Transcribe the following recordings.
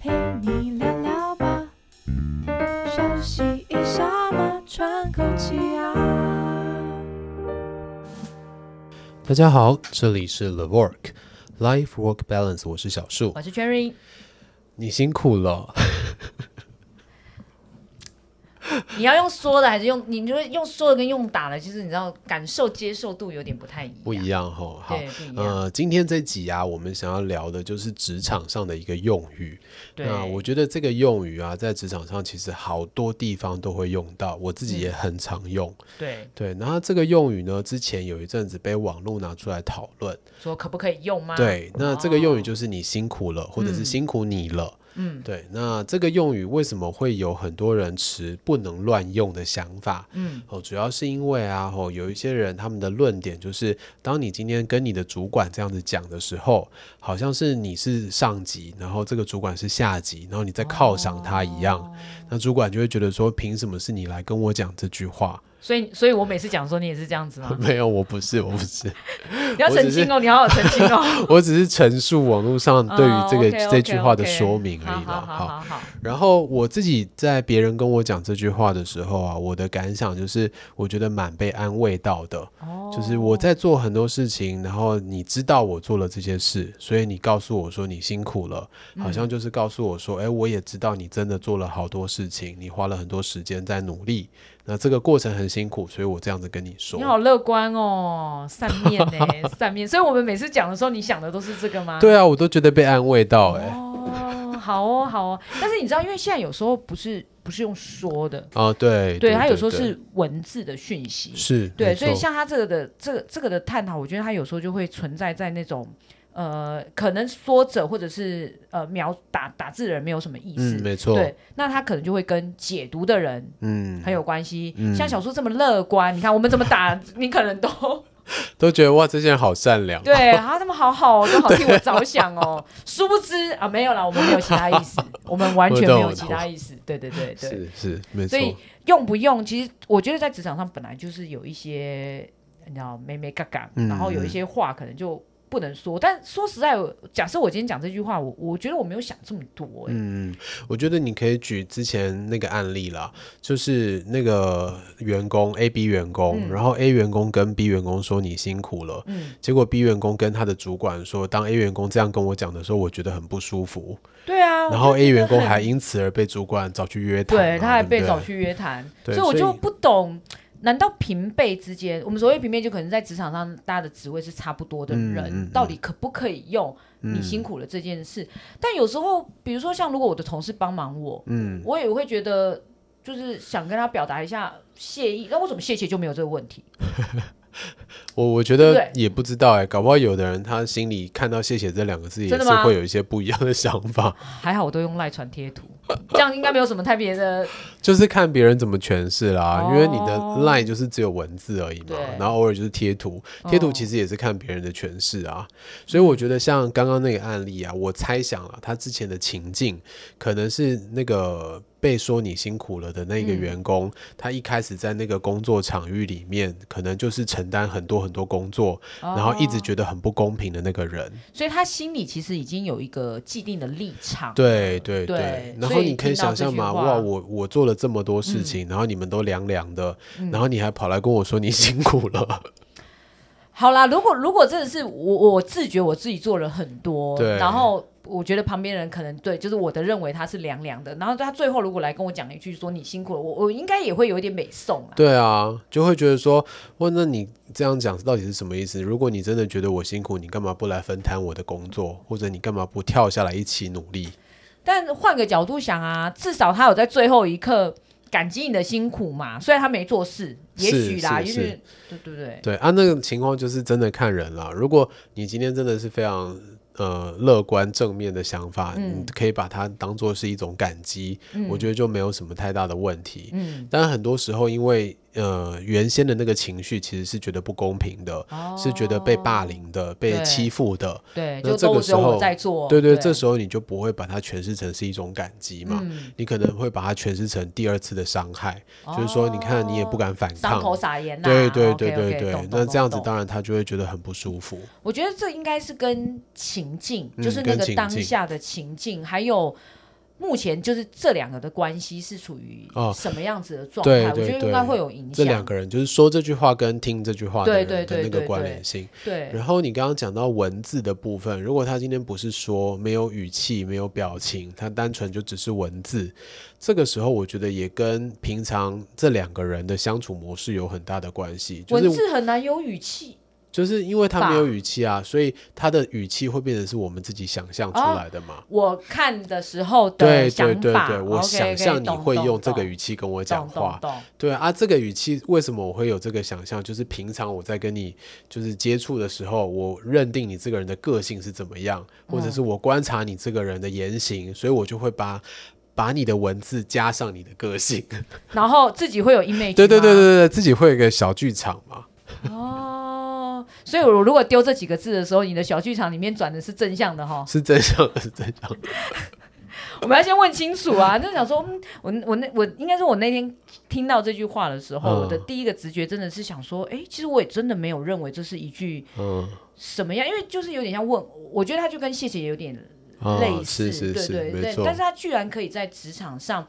陪你聊聊吧，休息一下嘛，喘口气啊。大家好，这里是 The Work Life Work Balance，我是小树，我是 Cherry，你辛苦了。你要用说的还是用你就会用说的跟用打的，其实你知道感受接受度有点不太一样。不一样哈，好对不一，样呃，今天这集啊，我们想要聊的就是职场上的一个用语。对，那我觉得这个用语啊，在职场上其实好多地方都会用到，我自己也很常用。对对，然后这个用语呢，之前有一阵子被网络拿出来讨论。说可不可以用吗？，对，那这个用语哦就是你辛苦了，或者是嗯辛苦你了。嗯对，那这个用语为什么会有很多人持不能乱用的想法？嗯哦，主要是因为啊，哦，有一些人他们的论点就是，当你今天跟你的主管这样子讲的时候，好像是你是上级，然后这个主管是下级，然后你在犒赏他一样，哦那主管就会觉得说，凭什么是你来跟我讲这句话？ 所以所以我每次讲说你也是这样子吗？没有， 我不是，我不是，你要澄清哦，你好好澄清哦。 我只是陈述网络上 对于这个、哦，OK，OK，OK 这句话的说明而已好啦。好好好好，然后我自己在别人跟我讲这句话的时候啊，我的感想就是，我觉得蛮被安慰到的。哦就是我在做很多事情，然后你知道我做了这些事，所以你告诉我说你辛苦了，嗯好像就是告诉我说，哎、我也知道你真的做了好多事情，你花了很多时间在努力，那这个过程很辛苦，所以我这样子跟你说你。好乐观哦，善面呢、 善面。所以我们每次讲的时候，你想的都是这个吗？对啊，我都觉得被安慰到、诶。哎、哦，好哦，好哦。但是你知道，因为现在有时候不是不是用说的，哦，对，对，他有时候对是文字的讯息，是，对，没所以错像他这个的这个这个的探讨，我觉得他有时候就会存在在那种呃，可能说者或者是呃描打打字的人没有什么意思，嗯，没错，对，那他可能就会跟解读的人嗯，很有关系。嗯像小叔这么乐观，你看我们怎么打， 你可能都。都觉得哇，这些人好善良，对，啊，他们好好哦，都好替我着 想哦。殊不知啊，没有啦，我们没有其他意思，我们完全没有其他意思。对对对对，是是，没所错，以用不用，其实我觉得在职场上本来就是有一些你知道咩咩嘎嘎，嗯然后有一些话可能就不能说。但说实在，假设我今天讲这句话，我我觉得我没有想这么多、欸。嗯，我觉得你可以举之前那个案例啦，就是那个员工 A、B 员工，嗯然后 A 员工跟 B 员工说你辛苦了，嗯，结果 B 员工跟他的主管说，当 A 员工这样跟我讲的时候，我觉得很不舒服，对啊。然后我就 A 觉得员工很还因此而被主管找去约谈嘛，对，他还不被对找去约谈，对所以我所就以不懂。难道平辈之间，我们所谓平辈，就可能在职场上大家的职位是差不多的嗯人，嗯到底可不可以用你辛苦了这件事？但有时候，比如说像如果我的同事帮忙我，嗯我也会觉得就是想跟他表达一下谢意。那为什么谢谢就没有这个问题？我我觉对得不也不知道哎、搞不好有的人他心里看到“谢谢”这两个字，也真是的吗会有一些不一样的想法，还好我都用赖传贴图，这样应该没有什么特别的。就是看别人怎么诠释啦，因为你的哦 line 就是只有文字而已嘛对，嗯然后偶尔就是贴图， 贴图其实也是看别人的诠释啊。所以我觉得像刚刚那个案例啊，我猜想啊，他之前的情境可能是那个被说你辛苦了的那嗯个员工，他一开始在那个工作场域里面，可能就是承担很多很多工作，哦然后一直觉得很不公平的那个人。所以他心里其实已经有一个既定的立场。对对对然所后以你可以听到想这象句嘛，话嗯哇，我我做了这么多事情，然后你们都凉凉的，然后你还跑来跟我说你 辛苦啊了，好啦，如果如果真的是我，我自觉我自己做了很多，对然后我觉得旁边人可能对，就是我的认为他是凉凉的，然后他最后如果来跟我讲一句说你辛苦了，我我应该也会有一点美颂啊。对啊，就会觉得说，哇，那你这样讲到底是什么意思？如果你真的觉得我辛苦，你干嘛不来分摊我的工作，或者你干嘛不跳下来一起努力？但换个角度想啊，至少他有在最后一刻感激你的辛苦嘛，虽然他没做事，也许啦，是也是许对对对，对啊，那个情况就是真的看人啦。如果你今天真的是非常呃乐观正面的想法，嗯你可以把它当做是一种感激，嗯我觉得就没有什么太大的问题。嗯，但很多时候，因为呃原先的那个情绪其实是觉得不公平的，哦是觉得被霸凌的、被对哦欺负的。对，那就这个都只时有候我在做，对对，这时候你就不会把它诠释成是一种感激嘛，嗯你可能会把它诠释成第二次的伤害，就是说，你看你也不敢。敢反哦伤抗。口撒盐啊呐、对对对 OK，OK，对对懂，懂那这样子懂懂当然他就会觉得很不舒服。我觉得这应该是跟情情境，嗯就是那跟个情当境下的情境，还有目前就是这两个的关系是处于哦什么样子的状对态，我对觉得对应该会有影响。这两个人就是说这句话跟听这句话的对人对的那对个对关对联性。对然后你刚刚讲到文字的部分，如果他今天不是说没有语气、没有表情，他单纯就只是文字，这个时候我觉得也跟平常这两个人的相处模式有很大的关系，就文是字很难有语气就是因为他没有吧语气啊，所以他的语气会变成是我们自己想象出哦来的嘛。我看的时候的对想对法，对对，我 OK，OK，想象你懂会懂用这个懂语气跟我讲懂话，懂懂对啊，这个语气为什么我会有这个想象？就是平常我在跟你就是接触的时候，我认定你这个人的个性是怎么样，或者是嗯我观察你这个人的言行，所以我就会把把你的文字加上你的个性。然后自己会有 image，对对对对哎对，吗自己会有一个小剧场嘛。哦，所以我如果丢这几个字的时候，你的小剧场里面转的是正向的哈，是真相的，是真相的。 我们要先问清楚啊。就想说，嗯我我那我应该是我那天听到这句话的时候，嗯我的第一个直觉真的是想说，哎，其实我也真的没有认为这是一句嗯，什么样，因为就是有点像问，我觉得他就跟谢谢有点啊类似，是是是，对对没对，错但。是他居然可以在职场上。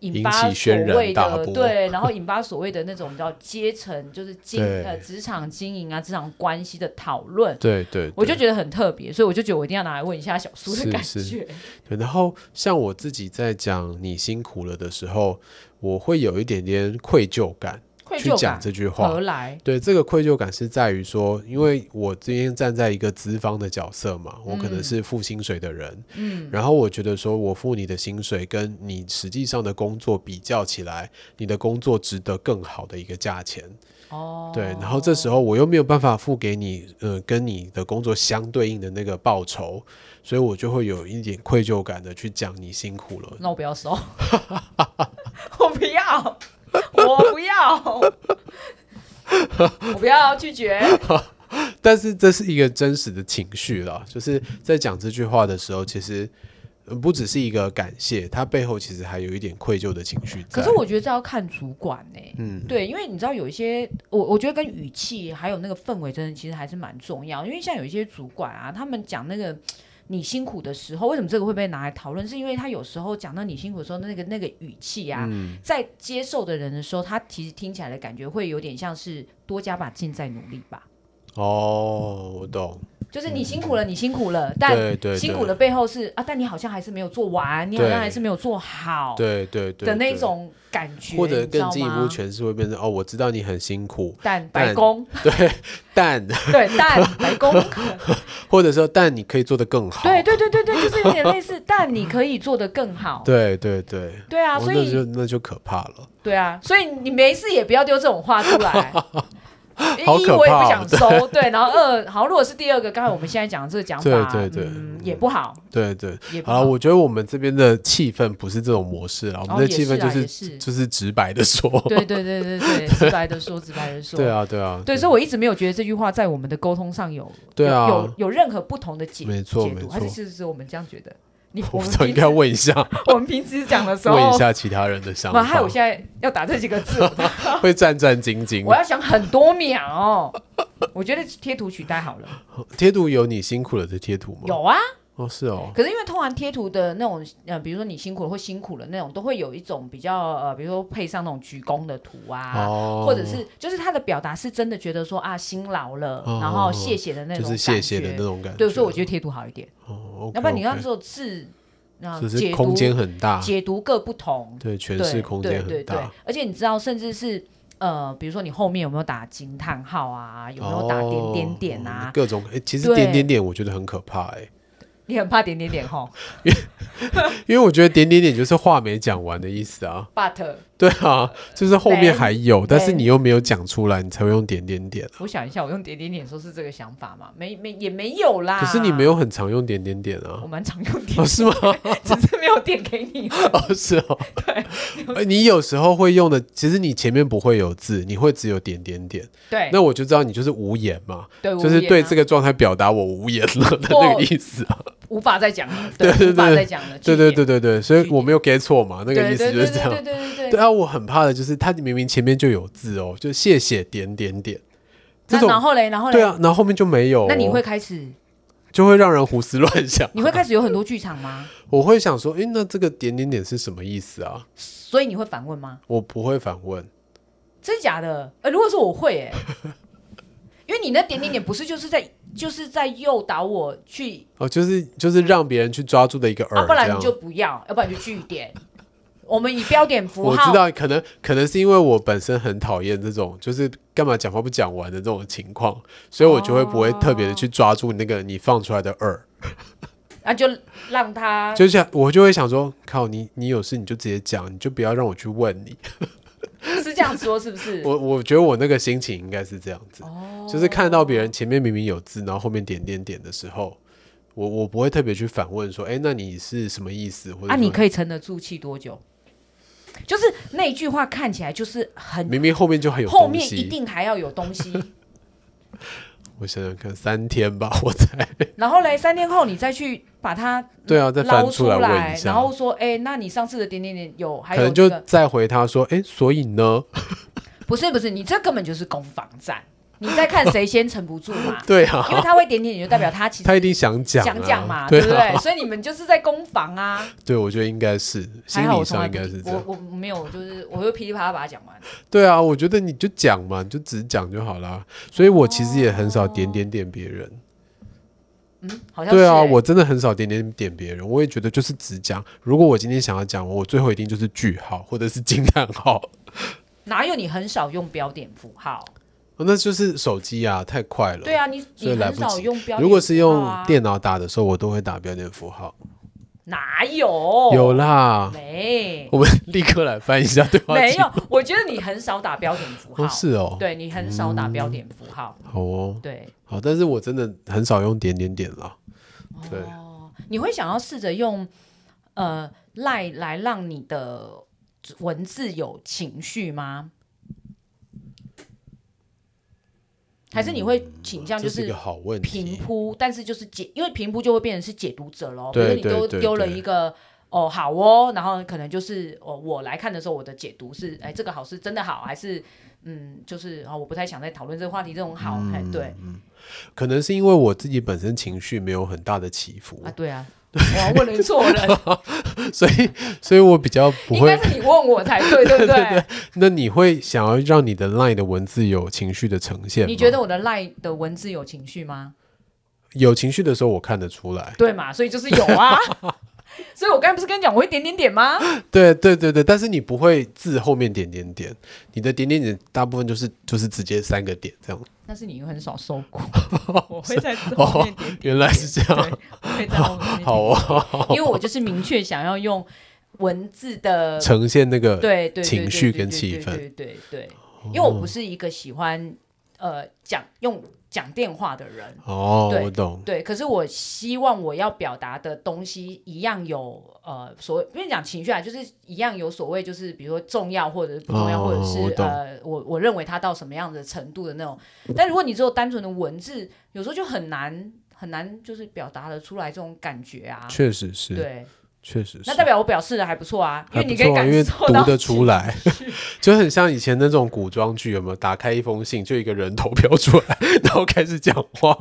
引引发起所轩然谓大的波对，然后引发所谓的那种叫阶层， 就是经对呃职场经营啊、职场关系的讨论，对对，我就对觉得很特别，所以我就觉得我一定要拿来问一下小苏的是感是觉。对，然后像我自己在讲你辛苦了的时候，我会有一点点愧疚感愧去疚讲感嗯这句话。何来？对，这个愧疚感是在于说，因为我今天站在一个资方的角色嘛，我可能是付薪水的人，嗯，然后我觉得说我付你的薪水跟你实际上的工作比较起来，你的工作值得更好的一个价钱，哦，对，然后这时候我又没有办法付给你，呃，跟你的工作相对应的那个报酬，所以我就会有一点愧疚感的去讲你辛苦了，那我不要收， 我不要，我不要，我不要拒绝。但是这是一个真实的情绪啦，就是在讲这句话的时候，其实呃不只是一个感谢，它背后其实还有一点愧疚的情绪在。可是我觉得这要看主管呢、嗯，对，因为你知道有一些，我我觉得跟语气还有那个氛围，真的其实还是蛮重要。因为像有一些主管啊，他们讲那个你辛苦的时候，为什么这个会被拿来讨论？是因为他有时候讲到你辛苦的时候，那个那个语气啊，在接受的人的时候，他其实听起来的感觉会有点像是多加把劲再努力吧。哦，我懂，就是你辛苦了，你辛苦了，但嗯对对，辛苦的背后是啊，但你好像还是没有做完，你好对像还是没有做好对，对对对的那。种感觉，或者你知道更进一步吗诠释会变成哦，我知道你很辛苦，但但白宫但对，但白宫， 或者说但你可以做得更好。对对对对对，就是有点类似，但你可以做得更好。对对对，对啊，哦所那就以那就可怕了。对啊，所以你没事也不要丢这种话出 来。哦好一可我也怕不哦想收，对，然后二好，如果是第二个，刚才我们现在讲的这个讲法，对对对嗯，也不好，对对，也不好了，我觉得我们这边的气氛不是这种模式了，我们哦的也气氛是啊就是也是就是直白的说。对对对对对，直白的说，直白的说，对啊，对啊，对，所以我一直没有觉得这句话在我们的沟通上有对啊有有有任何不同的解没错解没读，错还是是是我们这样觉得？你我不我们知道应平该问一 下，我们平时讲的时候，问一下其他人的想妈法。害我现在要打这几个字，会战战兢兢我。要想很多秒。我觉得贴图取代好了，贴图有你辛苦了的贴图吗？有啊。哦，是哦，可是因为通常贴图的那种，呃，比如说你辛苦了或辛苦了那种，都会有一种比较，呃，比如说配上那种鞠躬的图啊，哦，或者是就是他的表达是真的觉得说啊辛劳了，哦然后谢谢的那种就感觉。是谢谢的那种感觉。对，所以我觉得贴图好一点。哦，OK，OK，要不然你看这种字，那只啊解是读空间很大，解读各不同，对，诠对释空间对很对对大。，而且你知道，甚至是呃，比如说你后面有没有打惊叹号啊，有没有打点点点哦啊？各种，诶其实对点点点我觉得很可怕哎，你很怕点点点吼因为我觉得点点点就是话没讲完的意思啊。 ，but 对啊，就是后面 Then- 还有，但是 then- 你又没有讲出来，你才会用点点点。我想一下，我用点点点说是这个想法嘛？没没也没有啦。可是你没，有很常用点点点啊啊我。蛮常用点哦，，是吗？只是没有点给你。 哦，是 哦。 对，你有时候会用的，其实你前面不会有字，你会只有点点点。对，那我就知道你就是无言嘛，对，啊就是对这个个状态表达我无言了的那个我意思啊。无法再讲了，对对无法对再讲了。对对据点对对对，所以据点我没有 get 错嘛，那个意思就是这对样。对对对对对。啊，我很怕的就是他明明前面就有字哦，就谢谢点点点，这那然种啊后嘞，然后嘞，对啊，然后后面就没有哦。那你会开始就会让人胡思乱想。你会开始有很多剧场吗？我会想说，诶，那这个点点点是什么意思啊？所以你会反问吗？我不会反问，真的假的？呃，如果说我会、 欸，哎，因为你那点点点不是就是在就是在诱导我去，哦，就是就是让别人去抓住的一个饵、啊，不这然样你就不要，要不然你就据点。我们以标点符我号知道，可能可能是因为我本身很讨厌这种，就是干嘛讲话不讲完的这种情况，所以我就会不会特别的去哦抓住那个你放出来的饵，那就让他就像我就会想说，靠你，你有事你就直接讲，你就不要让我去问你。是这样说，是不是？ 我我觉得我那个心情应该是这样子，哦就是看到别人前面明明有字，然后后面点点点的时候，我我不会特别去反问说，哎、那你是什么意思？或者啊，你说可以沉得住气多久？就是那一句话看起来就是很，明明后面就很有后东面一西，定还要有东西。 我想想看，三天吧， 我才然后嘞，三天后你再去把它对啊，再捞翻出来问一下，然后说，哎、那你上次的点点点有，还可有能这就个再回他说，哎、所以呢？，不是不是，你这根本就是攻防战，你在看谁先沉不住嘛 对因为啊，他会点点点，就代表他其实他一定想讲、啊，想讲嘛，对不啊对？所以你们就是在攻 防啊。对，我觉得应该是还心好我理从上来应不该是这我样。我没有，就是我就噼里啪啦把它讲完。对啊，我觉得你就讲嘛，你就只讲就好啦。所以我其实也很少点点点别人。嗯，好像是、对啊，欸我真的很少点点点别人。我也觉得就是只讲。如果我今天想要讲，我最后一定就是句号或者是惊叹号。哪有你很少用标点符号？哦那就是手机啊，太快了。对啊，你所以你来很不及少用标点符号啊、如果是用电脑打的时候，我都会打标点符号。哪有有啦，没 我们立刻来翻一下对话没记 有？我觉得你很少打标点符号，哦，是哦，对你很少打标点符号，好哦，对好，但是我真的很少用点点点啦。对哦，你会想要试着用呃赖来让你的文字有情绪吗？还是你会倾向就嗯这是一个好问平题。铺，但是就是解，因为平铺就会变成是解读者喽。比对如你对丢对丢了对一个哦好哦，然后可能就是哦我来看的时候，我的解读是哎这个好是真的好，还是嗯就是哦我不太想再讨论这个话题，这种好、嗯哎对可能是因为我自己本身情绪没有很大的起伏啊，对啊，我问人错人， 所以所以我比较不应会该是你问我才 对，对不对？那你会想要让你的 LINE 的文字有情绪的呈现吗你觉得我的赖的文字有情 绪吗？有情绪的时候，我看得出来。对嘛，所以就是有啊。 所以我刚才不是跟你讲我会点点点吗？对对对对，但是你不会字后面点点点，你的点点点大部分就是就是直接三个点这样。但是你很少受 苦，我会在字后面点点哦原来是这样，对，我会在后面点点好哦， 因为我就是明确想要用文字的呈现那个对对对情对绪对跟对气对氛对对对，因为我不是一个喜欢呃讲用讲电话的人，哦，对我懂，对，可是我希望我要表达的东西一样有呃所谓，因为讲情绪啊，就是一样有所谓，就是比如说重要或者是不重要，哦或者我是懂呃我我认为它到什么样的程度的那种。但如果你只有单纯的文字，有时候就很难很难就是表达的出来这种感觉啊。确实是，对，确实是那代。表我表示的还不错啊，因还为不你可以错啊，因为感受读到得出来， 就很像以前那种古装剧，有没有？打开一封信，就一个人头飘出来，然后开始讲话。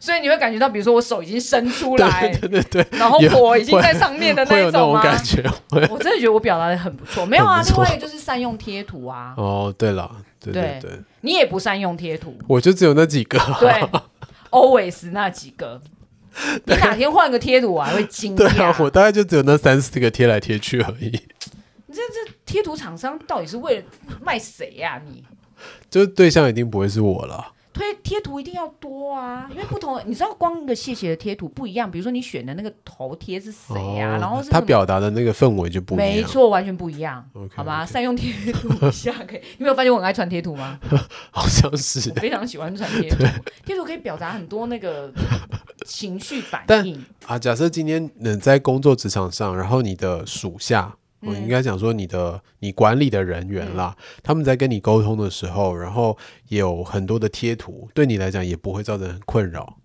所以你会感觉到，比如说我手已经伸出来， 对对对，然后有火已经在上面的会有一那种种吗？感觉。会 我真的觉得我表达的很不错。没有啊，很不另错外一个就是善用贴图啊，哦，对了，对对对，你也不善用贴图， 我就只有那几个。啊对，always 那几个。你哪天换个贴图，我还会 惊对啊，讶。我大概就只有那三四个贴来贴去而已。贴图厂商到底是为了卖谁呀、你就是对象一定不会是我了。推贴图一定要多啊，因为不同的，你知道光一个谢谢的贴图不一样，比如说你选的那个头贴是谁呀、哦然后是他什么表达的那个氛围就不一样。没错，完全不一样。 OK，好吧， OK 善用贴图一下可以。 你没有发现我很爱传贴图吗？好像是我。非常喜欢传贴图， 贴图可以表达很多那个情绪反但应。啊，假设今天能在工作职场上，然后你的属下，我嗯应该讲说你的你管理的人员啦，他们在跟你沟通的时候，然后有很多的贴图，对你来讲也不会造成困扰。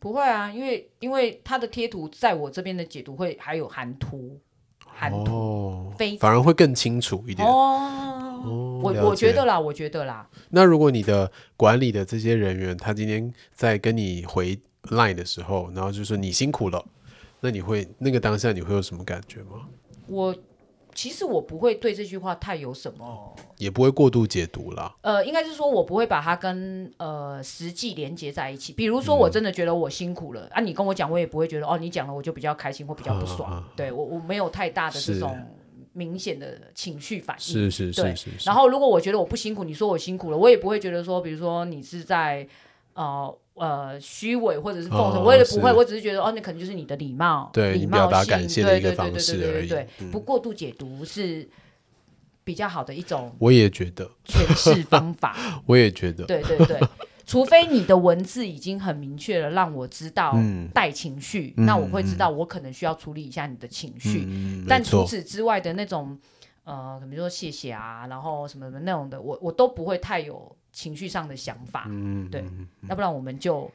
不会啊，因为因为他的贴图在我这边的解读会还有含图，含图哦，非反而会更清楚一点。哦。哦我了我觉解得啦，我觉得啦，那如果你的管理的这些人员，他今天在跟你回 Line 的时候，然后就说你辛苦了，那你会那个当下你会有什么感觉吗？我其实我不会对这句话太有什么，也不会过度解读啦。呃，应该是说我不会把它跟呃实际连接在一起。比如说，嗯我真的觉得我辛苦了、啊，你跟我讲，我也不会觉得哦，你讲了我就比较开心或比较不爽。嗯啊啊啊对我，我没有太大的这是种明显的情绪反应。是是对是是是然，后如果我觉得我不辛苦，你说我辛苦了，我也不会觉得说，比如说你是在呃呃虚伪或者是奉承，哦我也不会，是我只是觉得哦，那可能就是你的礼貌，对礼你貌表达性感谢的对一个对对方对式对对而已嗯对，不过度解读是比较好的一种我也觉得，诠释方 法，我也觉得，对对对。除非你的文字已经很明确了，让我知道嗯带情绪，嗯那我会知道我可能需要处理一下你的情绪。嗯，但没除错，此之外的那种，呃，比如说谢谢啊，然后什么什么那种的，我我都不会太有情绪上的想法，嗯，对要不然我们就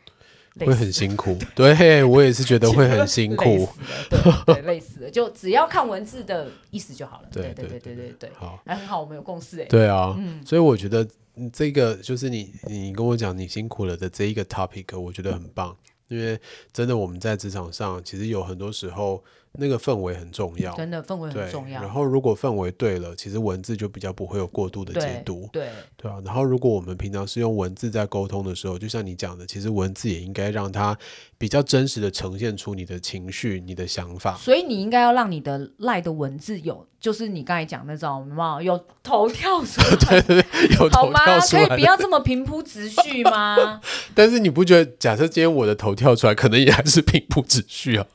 累会死很辛 苦，对我也是觉得会很辛累苦。死了对对，累死了，就只要看文字的意思就好了。对对对对对对，好，那很好，我们有共识哎。对啊，嗯所以我觉得嗯这个就是你你跟我讲你辛苦了的这一个 topic，我觉得很棒，因为真的我们在职场上其实有很多时候那个氛围很重要，真的氛围对很重然要，后如果氛围对了，其实文字就比较不会有过度的解对读，对对啊。然后如果我们平常是用文字在沟通的时候，就像你讲的，其实文字也应该让它比较真实的呈现出你的情绪、你的想法。所以你应该要让你的赖的文字有，就是你刚才讲那种，有没有有头跳出来， 有好头吗？跳出可以不来，要这么平铺直叙吗？但是你不觉得，假设今天我的头跳出来，可能也还是平铺直叙啊？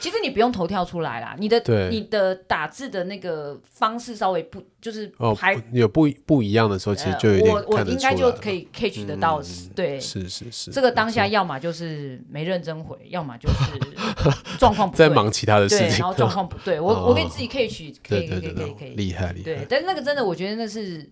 其实你不用头跳出来啦，你的对你的打字的那个方式稍微不就是哦 还、，不有不不一样的时候，其实就有点我我看得应出来该就了嗯可以 catch 得到，对。是是是，这个当下没错要么就是没认真回，要么就是状况不对，在忙其他的事对，情，然后状况不对，我、哦我给自己 catch，可 对以可对对以可以对可，以，厉害厉对害，，但是那个真的，我觉得那是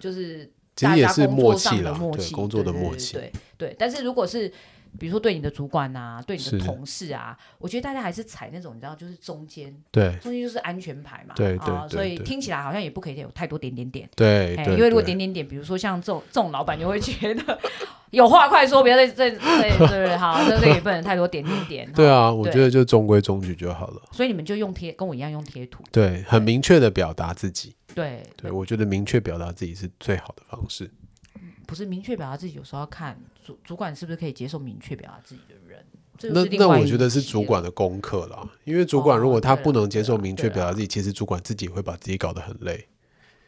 就是其实大也家是工作默上契的啦，默对契，工作的对对默对契，对对。但是如果是比如说对你的主管啊，对你的是同事啊，我觉得大家还是踩那种你知道，就是中间对中间就是安全牌嘛， 对对啊，对所以对听起来好像也不可以有太多点点点，对哎，对，因为如果对点点点，比如说像这种这种老板就会觉得有话快说，不要再再再对对，好，那这也不能太多点点点，对哈，啊，我对觉得就中规中矩就好了。所以你们就用贴，跟我一样用贴图，对，很明确的表达自己。对对，我觉得明确表达自己是最好的方式。不是明确表达自己，有时候要看主主管是不是可以接受明确表达自己的人，这那就是另那外我一觉得是题主了管的功课啦，因为主管如果哦他对不啦能接对受啦明确对啊表达啦自己，其实主管自己会把自己搞得很累。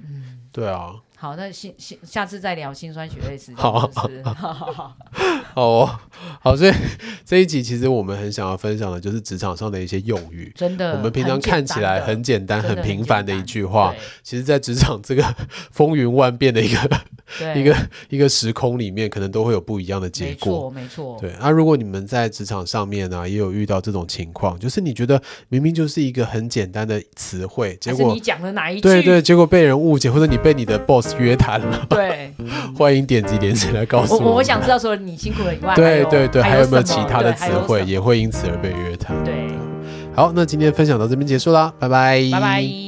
嗯，对啊，好，那新新下次再聊辛酸血泪史，好啊是不是？好好好，好哦，好，所以这一集其实我们很想要分享的就是职场上的一些用语。真的，我们平常看起来很简单、真的很很平简凡的一单句话，， 其实，在职场这个 风云万变的一个对对一个一个时空里面，可能都会有不一样的结没果。错没错，对，那、啊如果你们在职场上面啊呢、也有遇到这种情况，就是你觉得明明就是一个很简单的词汇，结还是果你讲的哪一句？对对，结果被人误解，或者你被你的 boss 约谈了， 对欢迎点击链接来告诉我们。我我想知道，除了你辛苦了以外，对对对，还有什没有么其他的对还词有汇什么也会因此而被约谈？对，好，那今天分享到这边结束啦，拜拜，拜拜。